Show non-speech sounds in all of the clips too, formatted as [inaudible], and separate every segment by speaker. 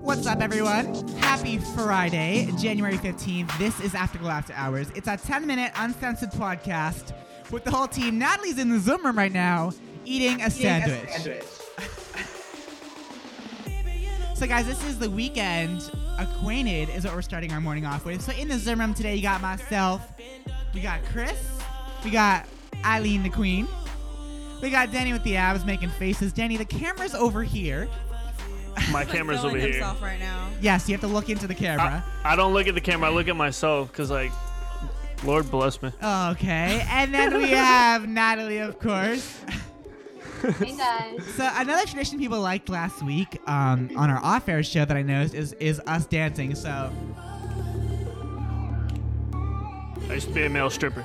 Speaker 1: What's up, everyone? Happy Friday, January 15th. This is Afterglow After Hours. It's a 10 minute uncensored podcast with the whole team. Natalie's in the Zoom room right now eating a sandwich. So, guys, this is the weekend. Acquainted is what we're starting our morning off with. So, in the Zoom room today, you got myself, we got Chris, we got Eileen the Queen, we got Danny with the abs making faces. Danny, the camera's over here.
Speaker 2: [laughs] My camera's over
Speaker 3: filming
Speaker 2: here.
Speaker 3: himself right now.
Speaker 1: Yes, you have to look into the camera.
Speaker 2: I, I don't look at the camera. I look at myself because, like, Lord bless me.
Speaker 1: Okay. And then we have Natalie, of course.
Speaker 4: Hey guys.
Speaker 1: So another tradition people liked last week um, on our off-air show that I noticed is is us dancing. So
Speaker 2: I used to be a male stripper.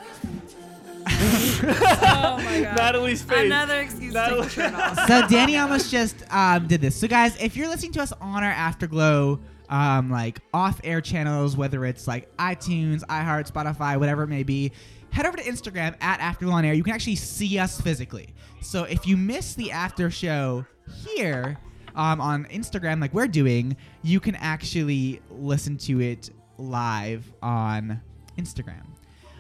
Speaker 3: [laughs] Oh
Speaker 2: [laughs]
Speaker 3: my god.
Speaker 2: Natalie's face.
Speaker 3: Another excuse to
Speaker 2: Natalie-
Speaker 3: take the
Speaker 2: [laughs]
Speaker 3: shirt off.
Speaker 1: so Danny almost just um, did this. So guys, if you're listening to us on our Afterglow um, like off-air channels, whether it's like iTunes, iHeart, Spotify, whatever it may be, head over to Instagram at Afterglow on Air. You can actually see us physically. So if you miss the after show here um, on Instagram, like we're doing, you can actually listen to it live on Instagram.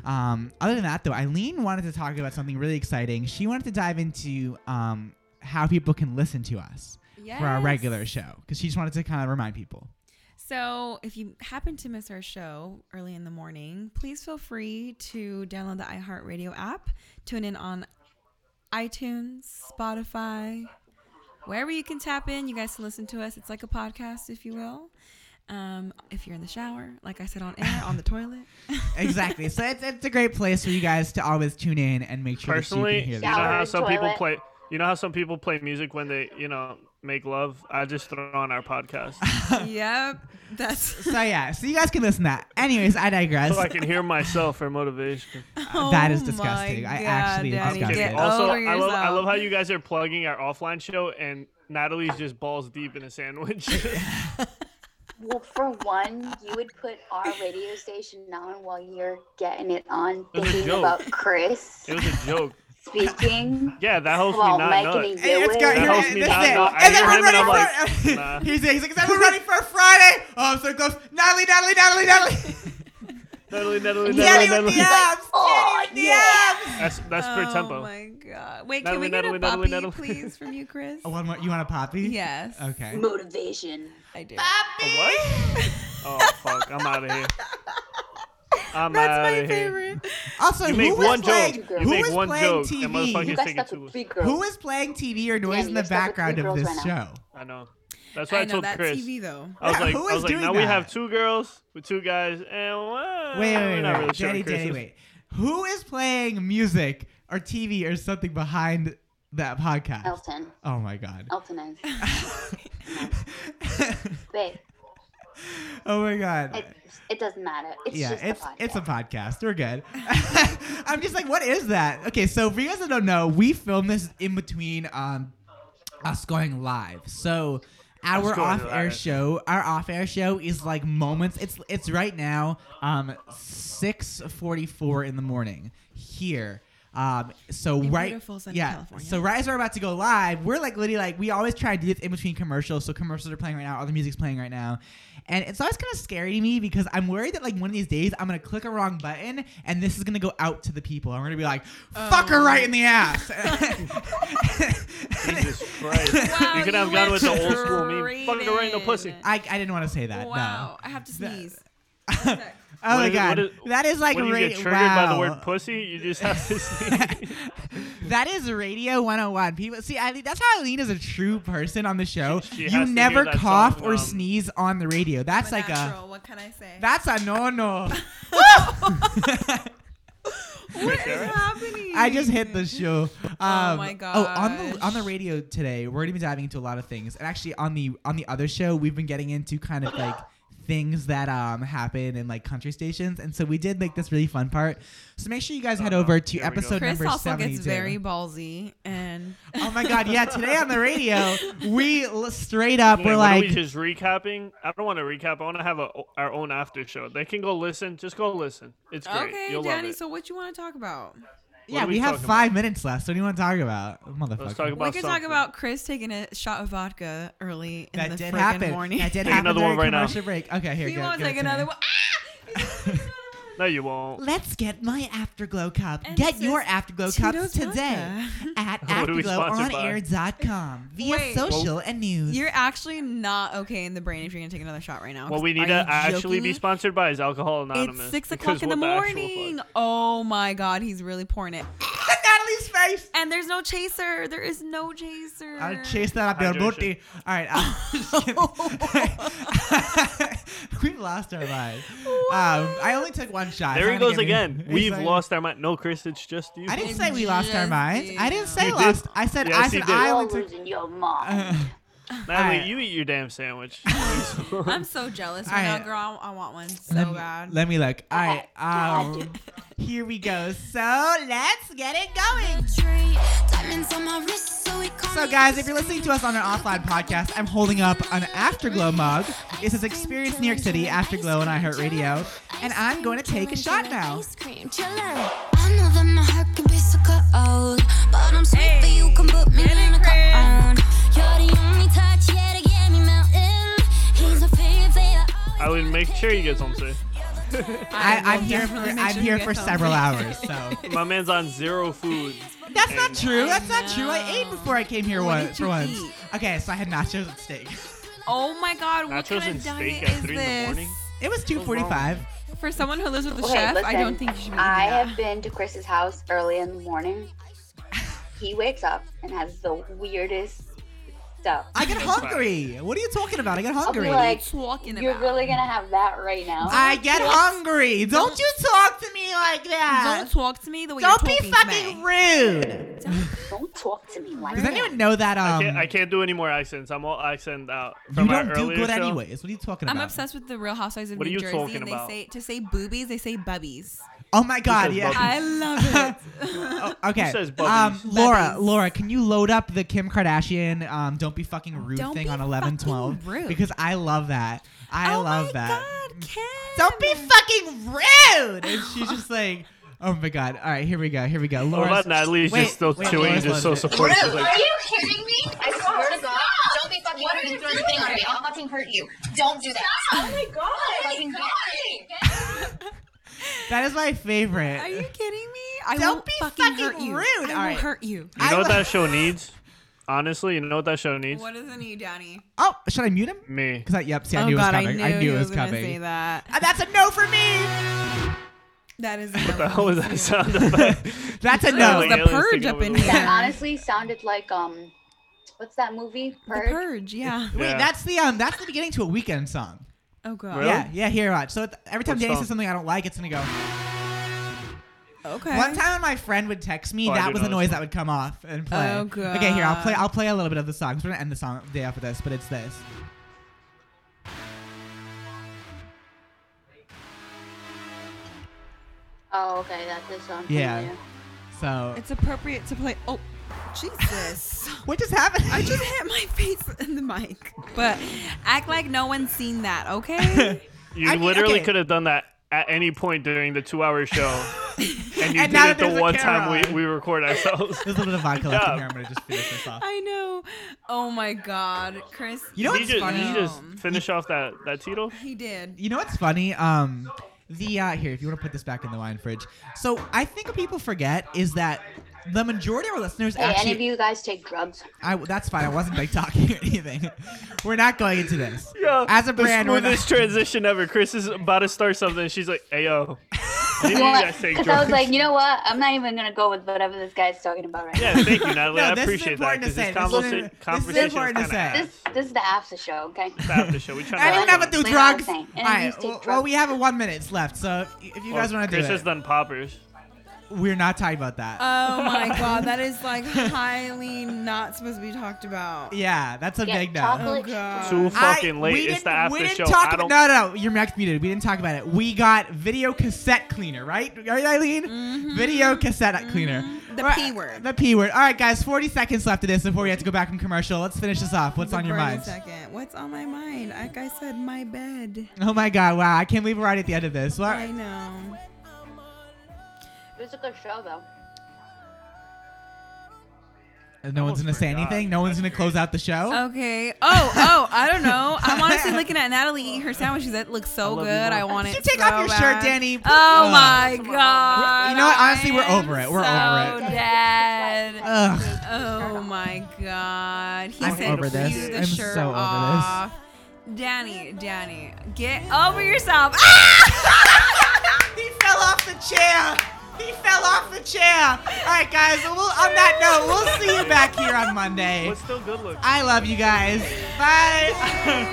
Speaker 1: Um, other than that, though, Eileen wanted to talk about something really exciting. She wanted to dive into um, how people can listen to us for our
Speaker 3: Yes.
Speaker 1: regular show because she just wanted to kind of remind people.
Speaker 3: So, if you happen to miss our show early in the morning, please feel free to download the iHeartRadio app, tune in on iTunes, Spotify, wherever you can tap in. You guys can listen to us. It's like a podcast, if you will. Um, if you're in the shower, like I said, on air, on
Speaker 1: [laughs]
Speaker 3: the toilet.
Speaker 1: exactly. So it's, it's a great place for you guys to always tune in and make sure
Speaker 2: Personally,
Speaker 1: that you can hear
Speaker 2: you know
Speaker 1: the show.
Speaker 4: Shower,
Speaker 2: how some people
Speaker 4: toilet.
Speaker 2: play. You know how some people play music when they, you know, make love. I just throw on our podcast
Speaker 1: [laughs]
Speaker 3: yep, that's
Speaker 1: So yeah, so you guys can listen to that. Anyways, I digress.
Speaker 2: so I can hear myself for
Speaker 1: [laughs]
Speaker 2: motivation.
Speaker 1: that is
Speaker 3: Oh my
Speaker 1: disgusting. I
Speaker 3: God,
Speaker 1: actually
Speaker 3: Daddy,
Speaker 1: disgusting.
Speaker 3: get
Speaker 2: Also,
Speaker 3: over
Speaker 2: I love, I
Speaker 3: yourself.
Speaker 2: love how you guys are plugging our offline show and Natalie's just balls deep in a sandwich. [laughs]
Speaker 4: Well, for one, you would put our radio station on while you're getting it on,
Speaker 2: It was a
Speaker 4: thinking
Speaker 2: joke.
Speaker 4: about Chris
Speaker 2: it was a joke.
Speaker 4: speaking
Speaker 2: Yeah, that helps me
Speaker 4: [laughs] while
Speaker 2: not
Speaker 4: making
Speaker 2: nut.
Speaker 4: a
Speaker 1: Hey, let's go.
Speaker 2: That
Speaker 1: Here,
Speaker 2: helps
Speaker 1: this
Speaker 2: me
Speaker 1: is
Speaker 2: not
Speaker 1: it.
Speaker 2: know. I
Speaker 1: Is
Speaker 2: hear
Speaker 1: everyone
Speaker 2: him and I'm
Speaker 1: ready for? [laughs]
Speaker 2: like, nah.
Speaker 1: He's, he's like, is everyone ready for Friday? Oh, I'm so close. Natalie, Natalie, Natalie, Natalie.
Speaker 2: Natalie, Natalie, Natalie,
Speaker 1: Danny with the
Speaker 2: Natalie.
Speaker 1: abs.
Speaker 4: "Oh,
Speaker 1: Danny with the
Speaker 4: yeah."
Speaker 1: abs.
Speaker 2: That's that's
Speaker 3: oh
Speaker 2: for tempo.
Speaker 3: my god. Wait,
Speaker 2: Natalie,
Speaker 3: can we get
Speaker 2: Natalie, Natalie,
Speaker 3: a poppy,
Speaker 2: Natalie.
Speaker 3: please, from
Speaker 2: [laughs]
Speaker 3: you, Chris?
Speaker 1: Oh, one more. You want a poppy?
Speaker 3: Yes.
Speaker 1: Okay.
Speaker 4: motivation.
Speaker 3: I do.
Speaker 2: A what? oh fuck! I'm out of
Speaker 3: [laughs]
Speaker 2: here. I'm
Speaker 3: That's
Speaker 2: out
Speaker 3: my
Speaker 2: of here.
Speaker 3: favorite.
Speaker 2: [laughs]
Speaker 1: Also,
Speaker 2: You
Speaker 1: who
Speaker 2: make
Speaker 1: was
Speaker 2: one
Speaker 1: playing,
Speaker 2: joke.
Speaker 4: You
Speaker 2: You
Speaker 1: who
Speaker 2: make
Speaker 1: was
Speaker 2: one
Speaker 1: playing
Speaker 2: joke,
Speaker 1: TV?
Speaker 2: and
Speaker 4: You
Speaker 2: motherfuckers
Speaker 4: guys
Speaker 2: think it
Speaker 4: stuck
Speaker 2: too.
Speaker 4: with
Speaker 2: much.
Speaker 4: three girls.
Speaker 1: Who was playing TV or noise
Speaker 4: Yeah,
Speaker 1: in the
Speaker 4: you're stuck with
Speaker 1: background
Speaker 4: three
Speaker 1: of
Speaker 4: girls
Speaker 1: this
Speaker 4: right
Speaker 1: show?
Speaker 4: now.
Speaker 2: I know. That's why I,
Speaker 3: I know
Speaker 2: told
Speaker 3: that's
Speaker 2: Chris.
Speaker 3: TV though.
Speaker 2: I was
Speaker 1: Yeah, [laughs]
Speaker 2: like,
Speaker 1: who
Speaker 2: I
Speaker 1: is
Speaker 2: was like,
Speaker 1: doing
Speaker 2: now we
Speaker 1: that?
Speaker 2: have two girls with two guys, and
Speaker 1: Wait,
Speaker 2: one.
Speaker 1: wait,
Speaker 2: We're
Speaker 1: wait,
Speaker 2: not
Speaker 1: wait.
Speaker 2: really sure
Speaker 1: Daddy,
Speaker 2: Chris
Speaker 1: Daddy,
Speaker 2: is-
Speaker 1: wait. Who is playing music or TV or something behind that podcast?
Speaker 4: Elton.
Speaker 1: Oh my god.
Speaker 4: Elton
Speaker 1: [laughs]
Speaker 4: is. Babe,
Speaker 1: oh my god.
Speaker 4: it, it doesn't matter. It's
Speaker 1: yeah,
Speaker 4: just
Speaker 1: it's
Speaker 4: a podcast.
Speaker 1: it's a podcast. We're good. [laughs] I'm just like, what is that? Okay, so for you guys that don't know, we filmed this in between um us going live. So our
Speaker 2: Us going
Speaker 1: off air
Speaker 2: live.
Speaker 1: show, our off air show is like moments. It's it's right now um 6:44 in the morning here. Um, so
Speaker 3: In
Speaker 1: right,
Speaker 3: beautiful sunny
Speaker 1: yeah.
Speaker 3: California.
Speaker 1: So right as we're about to go live, we're like literally like we always try to do this in between commercials. So commercials are playing right now, other music's playing right now, and it's always kind of scary to me because I'm worried that like one of these days I'm gonna click a wrong button and this is gonna go out to the people. I'm gonna be like, fuck her
Speaker 3: Oh.
Speaker 1: right in the ass. [laughs]
Speaker 2: Jesus Christ!
Speaker 3: Wow,
Speaker 2: [laughs] you could have gone
Speaker 3: you went
Speaker 2: with the old school meme. Fuck it right in the
Speaker 3: screaming.
Speaker 2: pussy.
Speaker 1: I, I didn't want to say that. No.
Speaker 3: wow, I have to
Speaker 1: That- [laughs]
Speaker 3: sneeze.
Speaker 1: Oh
Speaker 2: What
Speaker 1: my
Speaker 2: is it-
Speaker 1: god,
Speaker 2: what is-
Speaker 1: that is like
Speaker 2: when you get
Speaker 1: radio.
Speaker 2: triggered
Speaker 1: wow.
Speaker 2: by the word pussy, you just have
Speaker 1: [laughs]
Speaker 2: to sneeze.
Speaker 1: that is radio 101. People see, I think that's how Eileen is a true person on the show.
Speaker 2: She- she
Speaker 1: you
Speaker 2: has to
Speaker 1: never
Speaker 2: hear that
Speaker 1: cough
Speaker 2: song,
Speaker 1: or
Speaker 2: um,
Speaker 1: sneeze on the radio. That's like uh, a
Speaker 3: What can I say?
Speaker 1: that's a no
Speaker 3: [laughs]
Speaker 1: no.
Speaker 3: what is
Speaker 2: Sarah?
Speaker 3: happening?
Speaker 1: I just hit the show. Um,
Speaker 3: my
Speaker 1: Oh, on the on the
Speaker 3: gosh.
Speaker 1: radio today, we're gonna be diving into a lot of things. And actually, on the on the other show, we've been getting into kind of like things that um happen in like country stations. And so we did make this really fun part. So make sure you guys head
Speaker 2: Uh-oh.
Speaker 1: over to
Speaker 2: Uh-huh. Here we go.
Speaker 1: episode
Speaker 3: Chris
Speaker 1: number
Speaker 3: also
Speaker 1: seventy-two.
Speaker 3: gets very ballsy, and
Speaker 1: oh my god, yeah! Today on the radio, we l- straight up
Speaker 2: Wait,
Speaker 1: were
Speaker 2: what
Speaker 1: like,
Speaker 2: are we just recapping? I don't want to recap. I want to have a, our own after show. They can go listen. Just go listen. [laughs] It's great.
Speaker 3: okay,
Speaker 2: You'll
Speaker 3: Danny.
Speaker 2: love it.
Speaker 3: So what you want to talk about?
Speaker 2: What
Speaker 1: Yeah,
Speaker 2: are
Speaker 1: we, have
Speaker 2: talking
Speaker 1: five
Speaker 2: about?
Speaker 1: minutes left. So what do you want to talk about, motherfucker?
Speaker 2: Let's talk
Speaker 3: We
Speaker 2: about
Speaker 3: could talk
Speaker 2: something.
Speaker 3: about Chris taking a shot of vodka early in
Speaker 1: that
Speaker 3: the
Speaker 1: did
Speaker 3: friggin'
Speaker 1: happen.
Speaker 3: morning.
Speaker 1: That did
Speaker 2: Take
Speaker 1: happen
Speaker 2: another
Speaker 1: during
Speaker 2: one right now.
Speaker 1: commercial break. Okay, here.
Speaker 3: he
Speaker 1: give it-
Speaker 3: won't
Speaker 1: give it
Speaker 3: take
Speaker 1: to me.
Speaker 3: another one. Ah! He's gonna take another one.
Speaker 2: No, you won't.
Speaker 1: Let's get my Afterglow cup.
Speaker 3: And
Speaker 1: get
Speaker 3: this
Speaker 1: your
Speaker 3: is
Speaker 1: Afterglow
Speaker 3: Tito's
Speaker 1: cups
Speaker 3: [laughs]
Speaker 1: today
Speaker 3: vodka.
Speaker 1: at
Speaker 2: What are we sponsored by?
Speaker 1: afterglowonair.com via
Speaker 3: Wait.
Speaker 1: social and news.
Speaker 3: You're actually not okay in the brain if you're gonna take another shot right now.
Speaker 2: What
Speaker 3: 'cause
Speaker 2: we
Speaker 3: are
Speaker 2: need to
Speaker 3: you
Speaker 2: actually be
Speaker 3: joking?
Speaker 2: sponsored by is Alcohol Anonymous.
Speaker 3: It's six
Speaker 2: because
Speaker 3: o'clock in the
Speaker 2: what actual fuck?
Speaker 3: morning. Oh my god, he's really pouring it.
Speaker 1: Natalie's face.
Speaker 3: And there's no chaser. There is no chaser.
Speaker 1: I'll chase that up your
Speaker 2: Hydration.
Speaker 1: booty. All right. I'm just kidding. [laughs] We've lost our mind. Um, I only took one shot.
Speaker 2: There
Speaker 1: It's not
Speaker 2: he goes
Speaker 1: gonna get me- [laughs]
Speaker 2: again.
Speaker 1: it's
Speaker 2: We've
Speaker 1: not gonna-
Speaker 2: lost our mind. No, Chris, it's just you.
Speaker 1: I didn't
Speaker 3: It's
Speaker 1: say we lost our
Speaker 3: just
Speaker 1: minds. I didn't say
Speaker 2: You did.
Speaker 1: lost. I said I
Speaker 2: Yes, you
Speaker 1: said
Speaker 2: did.
Speaker 1: I
Speaker 4: You're
Speaker 1: only
Speaker 3: [laughs]
Speaker 1: took. [laughs]
Speaker 4: losing your mind.
Speaker 2: Natalie,
Speaker 1: Alright.
Speaker 2: you eat your
Speaker 1: [laughs]
Speaker 2: damn sandwich. [laughs]
Speaker 3: I'm so jealous
Speaker 1: All
Speaker 3: right
Speaker 1: right.
Speaker 3: now, girl. I want one so
Speaker 1: let, me-
Speaker 3: bad.
Speaker 1: let me look. All
Speaker 3: [laughs]
Speaker 1: right.
Speaker 4: God.
Speaker 1: Um, here we go. So let's get it going. So, guys, if you're listening to us on an offline podcast, I'm holding up an Afterglow mug. It says Experience New York City Afterglow on iHeartRadio. And I'm going to take a shot now.
Speaker 5: Ice cream, chiller. I know that my heart can be so cold, but I'm sweet that you can put me
Speaker 3: Hey,
Speaker 5: in a
Speaker 3: get it,
Speaker 5: cone. You're the only touch yeah, to get me melting. He's a favorite.
Speaker 2: I would make sure he gets on safe.
Speaker 1: I, I'm
Speaker 3: will
Speaker 1: here for
Speaker 3: definitely make
Speaker 1: I'm
Speaker 3: sure
Speaker 1: here
Speaker 3: you
Speaker 1: for
Speaker 3: get
Speaker 1: [laughs] several
Speaker 3: something.
Speaker 1: hours. So
Speaker 2: My man's on zero food.
Speaker 1: that's not true. That's not true. I
Speaker 3: know.
Speaker 1: ate before I came here
Speaker 3: What
Speaker 1: once,
Speaker 3: did
Speaker 1: for
Speaker 3: you
Speaker 1: once.
Speaker 3: eat?
Speaker 1: Okay, so I had nachos and steak.
Speaker 3: Oh my god, what
Speaker 2: Nachos
Speaker 3: kind
Speaker 2: and
Speaker 3: of
Speaker 2: steak
Speaker 3: diet
Speaker 2: at
Speaker 3: is
Speaker 2: three in the
Speaker 3: this?
Speaker 2: morning?
Speaker 1: It was 2:45.
Speaker 3: For someone who lives with a
Speaker 4: Okay,
Speaker 3: chef, I
Speaker 4: listen,
Speaker 3: don't think you should be eating
Speaker 4: I
Speaker 3: that.
Speaker 4: have been to Chris's house early in the morning. He wakes up and has the weirdest stuff.
Speaker 1: I get hungry. What are you talking about? I get
Speaker 4: I'll be
Speaker 1: hungry.
Speaker 4: like,
Speaker 3: Talking
Speaker 4: you're
Speaker 3: about.
Speaker 4: really gonna have that right now?
Speaker 1: I get hungry. Don't you talk to me like that.
Speaker 3: Don't talk to me the way
Speaker 1: Don't
Speaker 3: you're
Speaker 1: be
Speaker 3: talking
Speaker 1: fucking
Speaker 3: to me.
Speaker 1: rude.
Speaker 4: Don't talk to me like
Speaker 1: Does
Speaker 4: that.
Speaker 1: anyone know that? Um,
Speaker 2: I can't, I can't do any more accents. I'm all accent out.
Speaker 1: you
Speaker 2: From our
Speaker 1: don't do
Speaker 2: earlier
Speaker 1: good
Speaker 2: show.
Speaker 1: anyways. What are you talking
Speaker 3: I'm
Speaker 1: about?
Speaker 3: obsessed with the Real Housewives of
Speaker 2: What are
Speaker 3: New
Speaker 2: you
Speaker 3: Jersey,
Speaker 2: talking
Speaker 3: and they
Speaker 2: about?
Speaker 3: say to say boobies, they say bubbies.
Speaker 1: Oh my god, yeah.
Speaker 2: Because Bubby's-
Speaker 3: [laughs] I love it.
Speaker 1: Oh, okay.
Speaker 2: Who says
Speaker 1: um,
Speaker 2: bubbies?
Speaker 1: Laura,
Speaker 3: Bubbies.
Speaker 1: Laura, can you load up the Kim Kardashian um, "Don't be fucking rude"
Speaker 3: Don't
Speaker 1: thing
Speaker 3: be
Speaker 1: on eleven twelve
Speaker 3: fucking rude.
Speaker 1: because I love that. I
Speaker 3: oh
Speaker 1: love
Speaker 3: my
Speaker 1: that.
Speaker 3: God, Kim.
Speaker 1: Don't be fucking rude. And she's just like, oh my god. All right, here we go. Here we go.
Speaker 2: What
Speaker 1: Laura,
Speaker 2: about Natalie's
Speaker 1: wait,
Speaker 2: just still
Speaker 1: wait,
Speaker 2: chewing,
Speaker 1: Laura's
Speaker 2: just so
Speaker 1: loaded it.
Speaker 2: supportive? She's like,
Speaker 6: you kidding me? I swear to God. Don't be fucking rude and throw the thing on me. I'll fucking hurt you. Don't do that. Oh my God. Fucking God.
Speaker 1: that is my favorite.
Speaker 3: Are you kidding me? I
Speaker 1: Don't
Speaker 3: will
Speaker 1: be
Speaker 3: fucking,
Speaker 1: fucking
Speaker 3: hurt you.
Speaker 1: rude.
Speaker 3: I will
Speaker 1: All right.
Speaker 3: hurt you.
Speaker 2: you know
Speaker 1: I
Speaker 2: what
Speaker 1: lo-
Speaker 2: that show needs? Honestly, you know what that show needs?
Speaker 3: What is the new Danny?
Speaker 1: oh, should I mute him? [laughs]
Speaker 2: Me.
Speaker 1: Because I yep.
Speaker 3: Oh
Speaker 1: See, I knew it was coming. I knew,
Speaker 3: you
Speaker 1: it was
Speaker 3: gonna
Speaker 1: coming.
Speaker 3: Say that.
Speaker 1: Uh, That's a no for me. [laughs]
Speaker 3: That is.
Speaker 2: What the hell was that sound effect?
Speaker 1: That's a
Speaker 3: [laughs] No,
Speaker 1: no.
Speaker 2: Like,
Speaker 3: the
Speaker 2: aliens
Speaker 3: purge
Speaker 2: taking
Speaker 3: up
Speaker 2: over
Speaker 3: in
Speaker 2: the world.
Speaker 3: here.
Speaker 4: That honestly sounded like um, what's that movie?
Speaker 3: The
Speaker 4: Purge.
Speaker 3: purge. Yeah.
Speaker 1: Wait,
Speaker 2: Yeah.
Speaker 1: that's the um, that's the beginning to a weekend song.
Speaker 3: Oh god.
Speaker 2: Really?
Speaker 1: Yeah, yeah, here, watch. So it- every time
Speaker 2: What
Speaker 1: Danny
Speaker 2: song?
Speaker 1: says something I don't like, it's gonna go.
Speaker 3: Okay.
Speaker 1: One time, when my friend would text me.
Speaker 2: Oh, I
Speaker 1: that
Speaker 2: do
Speaker 1: was the
Speaker 2: know this
Speaker 1: noise
Speaker 2: one.
Speaker 1: that would come off and play.
Speaker 3: Oh,
Speaker 1: Okay, here I'll play.
Speaker 3: God.
Speaker 1: I'll play a little bit of the song. We're gonna end the song day after this, but it's this.
Speaker 4: Oh, okay, that does sound
Speaker 1: Yeah.
Speaker 4: familiar.
Speaker 1: So
Speaker 3: It's appropriate to play. Oh,
Speaker 1: [laughs]
Speaker 3: Jesus.
Speaker 1: what just happened? [laughs]
Speaker 3: I just hit my [laughs] face in the mic. But act like no one's seen that,
Speaker 1: [laughs]
Speaker 3: okay?
Speaker 2: You
Speaker 1: I mean,
Speaker 2: literally
Speaker 1: okay.
Speaker 2: could have done that at any point during the
Speaker 1: [laughs]
Speaker 2: two-hour show, and you
Speaker 1: And
Speaker 2: did
Speaker 1: now
Speaker 2: it the
Speaker 1: there's a
Speaker 2: one
Speaker 1: camera
Speaker 2: time
Speaker 1: on.
Speaker 2: we, we record
Speaker 1: [laughs]
Speaker 2: ourselves.
Speaker 1: There's a little bit of vodka left in
Speaker 2: job.
Speaker 1: here. I'm gonna just finish this off.
Speaker 3: I know. Oh my God, Chris.
Speaker 1: You know
Speaker 2: Did
Speaker 1: what's
Speaker 2: you just,
Speaker 1: funny?
Speaker 2: did you just
Speaker 3: Um,
Speaker 2: finish off that that Tito?
Speaker 1: [laughs]
Speaker 3: He did.
Speaker 1: You know what's funny? Um, the uh, here, if you want to put this back in the wine fridge. So I think what people forget is that the majority of our listeners
Speaker 4: Hey,
Speaker 1: actually.
Speaker 4: any of you guys take drugs?
Speaker 1: I, that's fine. I wasn't like talking or anything. [laughs] We're not going into this.
Speaker 2: Yeah,
Speaker 1: As a brand,
Speaker 2: the
Speaker 1: we're not-
Speaker 2: smoothest transition ever. Chris is about to start something. and She's like,
Speaker 1: [laughs]
Speaker 2: "Hey yo, you
Speaker 4: You know what?
Speaker 2: guys take
Speaker 4: Because I was
Speaker 2: drugs."
Speaker 4: like, you know what? I'm not even gonna go with whatever this guy's talking about right now.
Speaker 2: yeah, thank you,
Speaker 1: [laughs]
Speaker 2: Natalie.
Speaker 1: No,
Speaker 2: I
Speaker 1: this is
Speaker 2: appreciate that
Speaker 1: important to
Speaker 2: because
Speaker 1: say.
Speaker 2: this,
Speaker 1: This is- this
Speaker 2: conversa-
Speaker 1: is
Speaker 2: conversation
Speaker 1: important to
Speaker 2: kind
Speaker 1: say.
Speaker 2: of ass. [laughs]
Speaker 4: This this is the after show, okay?
Speaker 2: After show, we try
Speaker 1: I
Speaker 2: to
Speaker 1: don't
Speaker 2: have
Speaker 1: ever do
Speaker 4: Play what I'm
Speaker 1: drugs.
Speaker 4: saying.
Speaker 1: All
Speaker 4: And you
Speaker 1: right.
Speaker 4: just take
Speaker 1: Well, well,
Speaker 4: drugs.
Speaker 1: we have one minute left, so if you guys want to do
Speaker 2: Chris
Speaker 1: it,
Speaker 2: has done poppers.
Speaker 1: we're not talking about that.
Speaker 4: Uh,
Speaker 1: [laughs]
Speaker 3: Oh my God, that is like highly not supposed to be talked about.
Speaker 1: yeah, that's a
Speaker 4: Yeah,
Speaker 1: big no.
Speaker 4: chocolate.
Speaker 3: Oh, God.
Speaker 2: Too
Speaker 1: Uh, I-
Speaker 2: fucking late.
Speaker 1: we
Speaker 2: It's the
Speaker 1: didn't- we
Speaker 2: after
Speaker 1: didn't
Speaker 2: show.
Speaker 1: Talk
Speaker 2: I don't.
Speaker 1: about, no, no, no, your mic's muted. We didn't talk about it. We got video cassette cleaner, right? Right, Eileen?
Speaker 4: Mm-hmm.
Speaker 1: Video cassette cleaner.
Speaker 3: The
Speaker 1: All right,
Speaker 3: P word.
Speaker 1: The P word. All right, guys, 40 seconds left of this before we have to go back from commercial. Let's finish this off. What's
Speaker 3: The
Speaker 1: on your
Speaker 3: burning
Speaker 1: mind?
Speaker 3: Second. What's on my mind? Like I said, my bed.
Speaker 1: Oh my God, wow. I can't believe we're right at the end of this. Well,
Speaker 3: I know.
Speaker 4: It was a good show, though.
Speaker 1: No one's gonna say
Speaker 2: forgot.
Speaker 1: anything. No one's gonna close out the show.
Speaker 3: Okay. Oh, oh, I don't know.
Speaker 1: [laughs]
Speaker 3: I'm honestly looking at Natalie eat her sandwiches. That looks
Speaker 2: I
Speaker 3: so
Speaker 2: love
Speaker 3: good.
Speaker 2: you, Mom.
Speaker 3: I want
Speaker 1: Did
Speaker 3: it.
Speaker 1: you take
Speaker 3: so
Speaker 1: off your shirt,
Speaker 3: bad.
Speaker 1: Danny?
Speaker 3: Oh
Speaker 1: Ugh.
Speaker 3: my god.
Speaker 1: You know what?
Speaker 3: I
Speaker 1: Honestly, we're
Speaker 3: am
Speaker 1: over it. We're
Speaker 3: so
Speaker 1: over it.
Speaker 3: Dead.
Speaker 1: Ugh.
Speaker 3: Oh my god. He
Speaker 1: I'm
Speaker 3: said
Speaker 1: over this.
Speaker 3: "Phew, the
Speaker 1: I'm
Speaker 3: shirt
Speaker 1: so over this.
Speaker 3: off. Danny, Danny, get over yourself. [laughs] Ah!
Speaker 1: He fell off the chair. He fell off the chair. All right, guys. We'll, on that note, we'll see you back here on Monday.
Speaker 2: What's still good looking?
Speaker 1: I love you guys. Bye.